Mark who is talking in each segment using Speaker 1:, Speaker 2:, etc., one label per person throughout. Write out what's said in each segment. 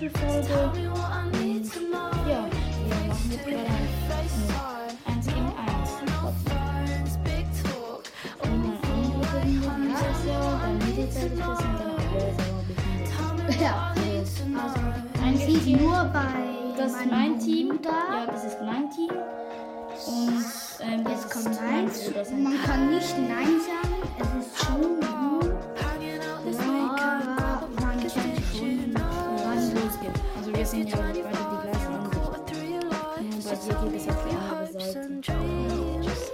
Speaker 1: die Folge. Ja, wir machen jetzt gerade eins gegen eins. Wenn man andere gewinnen wird, ist das ja, dann meldet er sich das und dann will er es aber bestimmt nicht.
Speaker 2: Ja.
Speaker 1: Also,
Speaker 2: Man
Speaker 1: ein
Speaker 2: sieht
Speaker 1: Team-
Speaker 2: nur bei
Speaker 1: Das ist
Speaker 2: meinem
Speaker 1: mein Team.
Speaker 2: Bruder.
Speaker 1: Ja, das ist mein Team. Und ähm, das
Speaker 2: Es
Speaker 1: ist
Speaker 2: kommt
Speaker 1: mein
Speaker 2: eins.
Speaker 1: Bruder, sein
Speaker 2: Man kann nicht Nein sagen. Es ist schon gut. Aber man kann schon
Speaker 1: Wann losgeht. Also wir sind ja beide die gleichen Ansichten. Nur bei dir geht es auf die andere Seite.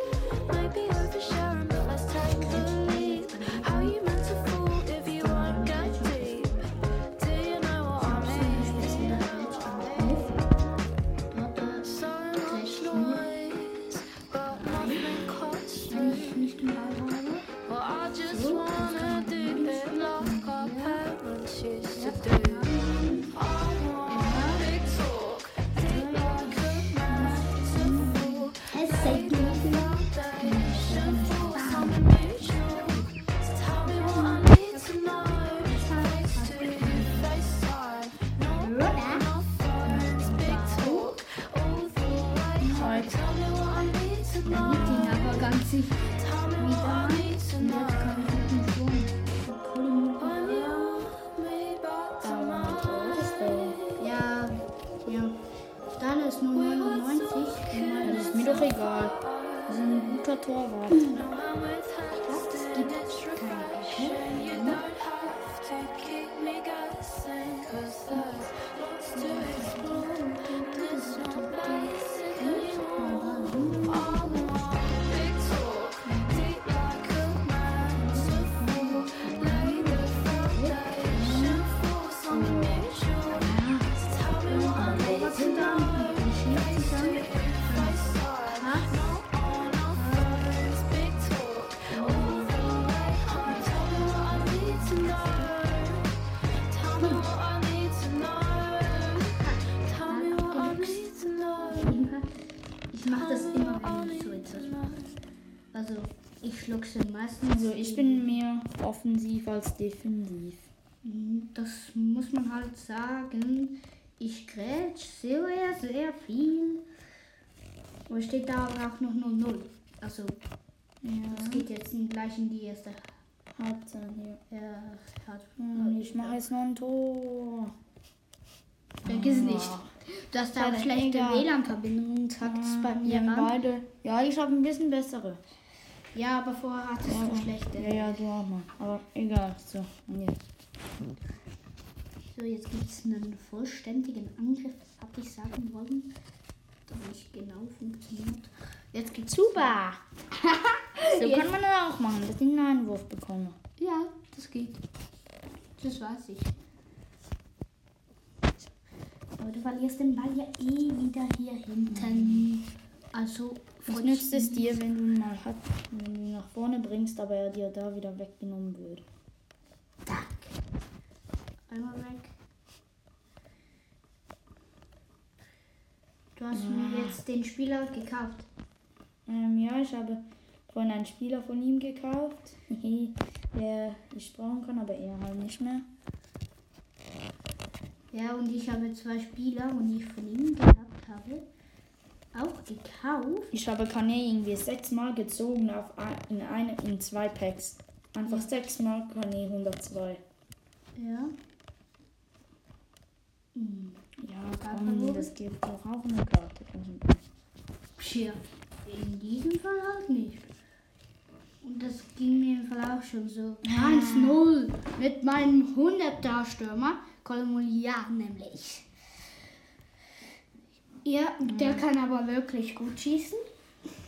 Speaker 2: Es sei gut. Oder? Dann gibt ihn aber ganz sicher wieder an. Und jetzt kann ich mit dem Sohn.
Speaker 1: Um,
Speaker 2: Ja, ja. Dann ist nur 99.
Speaker 1: Das ist mir doch egal. Wir sind ein guter Torwart.
Speaker 2: Ich mache das immer, wenn ich so etwas mache. Also, ich schluckse meistens.
Speaker 1: Also ich bin mehr offensiv als defensiv.
Speaker 2: Mhm, Das muss man halt sagen. Ich grätsch sehr, sehr viel. Und es steht da aber auch noch 0-0. Also, es
Speaker 1: Ja.
Speaker 2: geht jetzt gleich in die erste. äh,
Speaker 1: Halbzeit hier.
Speaker 2: Ja, hat.
Speaker 1: Hm, Ich mache jetzt noch ein Tor.
Speaker 2: Vergiss nicht. Du hast da
Speaker 1: Ja,
Speaker 2: eine schlechte
Speaker 1: egal. Mhm,
Speaker 2: WLAN-Verbindung, sagt es bei mir
Speaker 1: Wir haben
Speaker 2: ran.
Speaker 1: beide. Ja, ich habe ein bisschen bessere.
Speaker 2: Ja, aber vorher hattest
Speaker 1: Ja,
Speaker 2: du schlechte.
Speaker 1: Ja, ja, du auch mal. Aber egal. So, und jetzt.
Speaker 2: So, jetzt gibt es einen vollständigen Angriff, hab ich sagen wollen. Doch nicht genau funktioniert. Jetzt gibt's
Speaker 1: Super! so
Speaker 2: Jetzt-
Speaker 1: kann man das auch machen, dass ich einen Einwurf bekomme.
Speaker 2: Ja, das geht. Das weiß ich. Aber du verlierst den Ball ja eh wieder hier hinten. Also,
Speaker 1: Was nützt es dir, wenn du ihn mal hat, wenn du ihn nach vorne bringst, aber er dir da wieder weggenommen wird?
Speaker 2: Zack. Einmal weg. Du hast
Speaker 1: Ah.
Speaker 2: mir jetzt den Spieler gekauft.
Speaker 1: Ähm, ja, ich habe vorhin einen Spieler von ihm gekauft, der ich brauchen kann, aber er halt nicht mehr.
Speaker 2: Ja, und ich habe zwei Spieler, und ich von ihm gehabt habe, auch gekauft.
Speaker 1: Ich habe Kane irgendwie sechsmal gezogen auf ein, in, eine, in zwei Packs. Einfach sechsmal Kane 102.
Speaker 2: Ja. Hm.
Speaker 1: Ja,
Speaker 2: Karte
Speaker 1: komm,
Speaker 2: holen?
Speaker 1: das gibt doch auch eine Karte.
Speaker 2: Tja, in diesem Fall halt nicht. Und das ging mir im Fall auch schon so. 1-0 mit meinem 100er Stürmer, Kolmoliar nämlich. Ja, der kann aber wirklich gut schießen.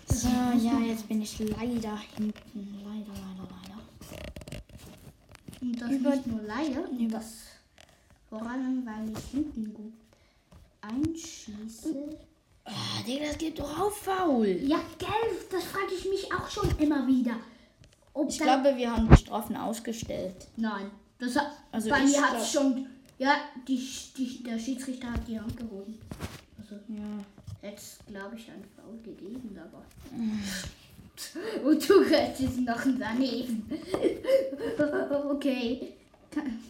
Speaker 1: So, ja, jetzt bin ich leider hinten. Leider, leider, leider.
Speaker 2: Und das
Speaker 1: Über-
Speaker 2: nicht nur leider,
Speaker 1: über-
Speaker 2: das vor allem, weil ich hinten gut einschieße.
Speaker 1: Ah, Digga, das gibt doch auch faul.
Speaker 2: Ja, gell, das frage ich mich auch schon immer wieder. Ob
Speaker 1: Ich
Speaker 2: da-
Speaker 1: glaube, wir haben die Strafen ausgestellt.
Speaker 2: Nein, das hat,
Speaker 1: Also
Speaker 2: bei
Speaker 1: ich
Speaker 2: mir hat es
Speaker 1: glaub-
Speaker 2: schon. Ja, die, Sch- die, der Schiedsrichter hat die Hand gehoben. Also
Speaker 1: Ja.
Speaker 2: jetzt glaube ich einen Foul gegeben, aber. Und du kriegst jetzt noch einen daneben. okay,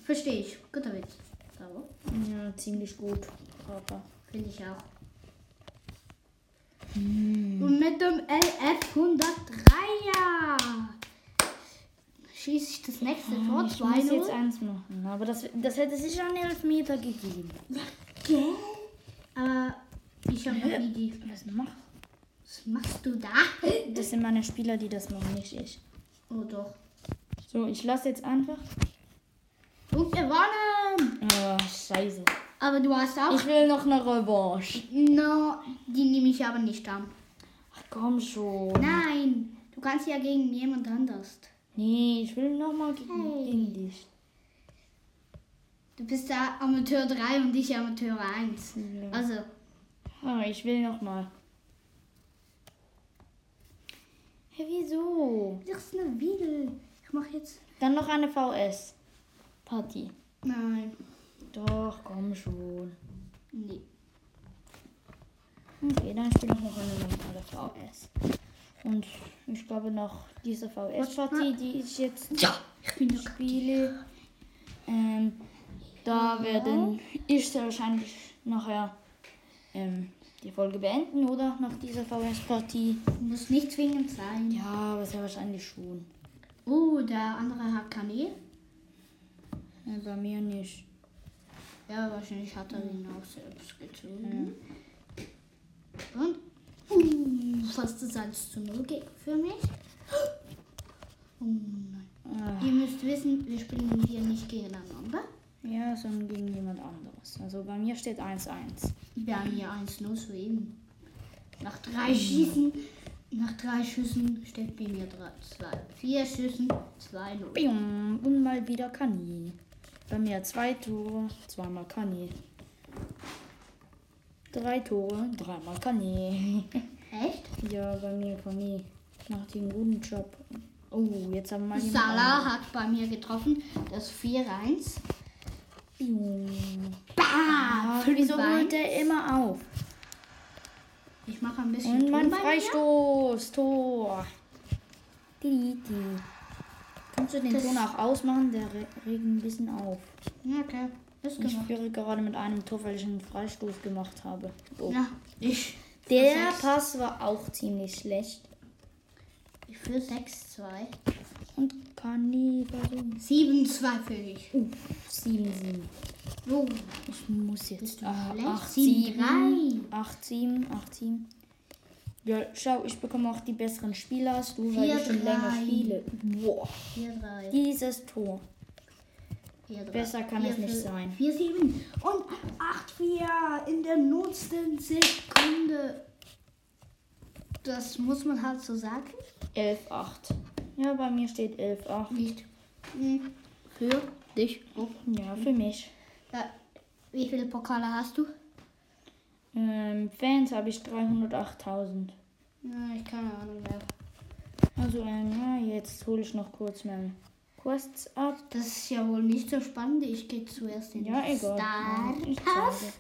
Speaker 2: verstehe ich. Guter Witz. Aber
Speaker 1: Ja, ziemlich gut. Aber
Speaker 2: Finde ich auch.
Speaker 1: Hm.
Speaker 2: Und mit dem LF103er schieße ich das nächste Tor.
Speaker 1: Ah, ich muss jetzt
Speaker 2: 2-0.
Speaker 1: eins machen. Aber das, das hätte sicher einen Elfmeter gegeben.
Speaker 2: Gell? Aber ich habe noch nie die.
Speaker 1: Was macht?
Speaker 2: Was machst du da?
Speaker 1: Das sind meine Spieler, die das machen, nicht ich.
Speaker 2: Oh doch.
Speaker 1: So, ich lasse jetzt einfach.
Speaker 2: Und gewonnen!
Speaker 1: Oh, scheiße.
Speaker 2: Aber du hast auch.
Speaker 1: Ich will noch eine Revanche.
Speaker 2: No, die nehme ich aber nicht an.
Speaker 1: Ach komm schon.
Speaker 2: Nein, du kannst ja gegen jemand anders.
Speaker 1: Nee, ich will nochmal gegen
Speaker 2: Hey.
Speaker 1: gegen dich.
Speaker 2: Du bist da Amateur 3 und ich Amateur 1. Also,
Speaker 1: Ah, ich will nochmal. Hä, wieso?
Speaker 2: das ist eine Wiedel. Ich mache jetzt.
Speaker 1: Dann noch eine VS-Party.
Speaker 2: Nein.
Speaker 1: Doch, komm schon.
Speaker 2: Nee.
Speaker 1: Okay, dann spiele ich noch eine normale VS. Und ich glaube noch diese VS-Partie, die ich jetzt
Speaker 2: Ja, ich bin doch.
Speaker 1: spiele. Ähm, da werden ich sehr wahrscheinlich nachher ähm, die Folge beenden, oder? Nach dieser VS-Partie.
Speaker 2: Muss nicht zwingend sein.
Speaker 1: Ja, aber sehr wahrscheinlich schon.
Speaker 2: Oh, der andere hat Kanäle.
Speaker 1: Ja, Äh, bei mir nicht.
Speaker 2: Ja, wahrscheinlich hat er ihn auch selbst gezogen.
Speaker 1: Mhm.
Speaker 2: Und uh, fast das 1 zu 0 geht für mich. Oh nein.
Speaker 1: Ah,
Speaker 2: Ihr müsst wissen, wir spielen hier nicht gegeneinander.
Speaker 1: ja, sondern gegen jemand anderes. Also bei mir steht 1-1.
Speaker 2: Wir haben hier 1-0 soeben. Nach drei
Speaker 1: Mhm.
Speaker 2: Schießen, nach drei Schüssen steht bei mir 3, 2. Vier Schüssen, 2-0.
Speaker 1: Bing. Und mal wieder Kani. Bei mir zwei Tore, zweimal Kani. Drei Tore, dreimal Kani.
Speaker 2: Echt?
Speaker 1: ja, bei mir Kani. Macht einen guten Job. Oh, jetzt haben wir jemand
Speaker 2: Salah hat bei mir getroffen, das 4-1.
Speaker 1: anderen. Bing.
Speaker 2: Bah!
Speaker 1: Ach, Ah, wieso
Speaker 2: 5-1.
Speaker 1: holt der immer auf?
Speaker 2: Ich mache ein bisschen
Speaker 1: Und mein
Speaker 2: Ton bei mir.
Speaker 1: Freistoß, Tor. Didi. Kannst du den
Speaker 2: Das-
Speaker 1: Ton auch ausmachen? Der re- regt ein bisschen auf.
Speaker 2: Ja, Okay, ist
Speaker 1: Ich
Speaker 2: gemacht.
Speaker 1: führe gerade mit einem Tor, weil ich einen Freistoß gemacht habe. Oh.
Speaker 2: Ja, ich.
Speaker 1: Der
Speaker 2: Sechs.
Speaker 1: Pass war auch ziemlich schlecht.
Speaker 2: Ich führe 6-2.
Speaker 1: Und Kani versuchen.
Speaker 2: 7-2 für dich.
Speaker 1: Uh, 7-7.
Speaker 2: Oh,
Speaker 1: Ich muss
Speaker 2: Bist
Speaker 1: jetzt.
Speaker 2: du
Speaker 1: Ah,
Speaker 2: schlecht?
Speaker 1: 8-7. 8-7. 8-7. Ja, schau, ich bekomme auch die besseren Spieler als du, weil ich schon länger
Speaker 2: 4-3.
Speaker 1: spiele. Boah.
Speaker 2: 4-3.
Speaker 1: Dieses Tor.
Speaker 2: 4-3.
Speaker 1: Besser kann es nicht sein.
Speaker 2: 4-7 und 8-4 in der nutzten Sekunde. Das muss man halt so sagen.
Speaker 1: 11-8. Ja, bei mir steht 11-8.
Speaker 2: Nicht. Hm, Für dich.
Speaker 1: Ja, für mich.
Speaker 2: Ja. Wie viele Pokale hast du?
Speaker 1: Ähm, Fans habe ich 308.000.
Speaker 2: Ja, ich keine Ahnung mehr.
Speaker 1: Also, ähm, ja, jetzt hole ich noch kurz meine Quests ab.
Speaker 2: Das ist ja wohl nicht so spannend. Ich gehe zuerst in
Speaker 1: Ja,
Speaker 2: den
Speaker 1: egal.
Speaker 2: Star.
Speaker 1: Ja, ich zeige.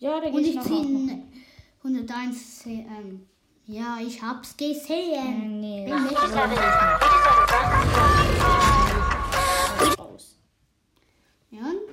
Speaker 1: Ja, da
Speaker 2: Und
Speaker 1: gehe ich
Speaker 2: ich
Speaker 1: noch
Speaker 2: ziehe
Speaker 1: aufmachen.
Speaker 2: einen 101 CM. Ja, ich hab's gesehen.
Speaker 1: Ähm, nee,
Speaker 2: Bin
Speaker 1: das
Speaker 2: nicht
Speaker 1: will ich nicht. Aus.
Speaker 2: Ja, und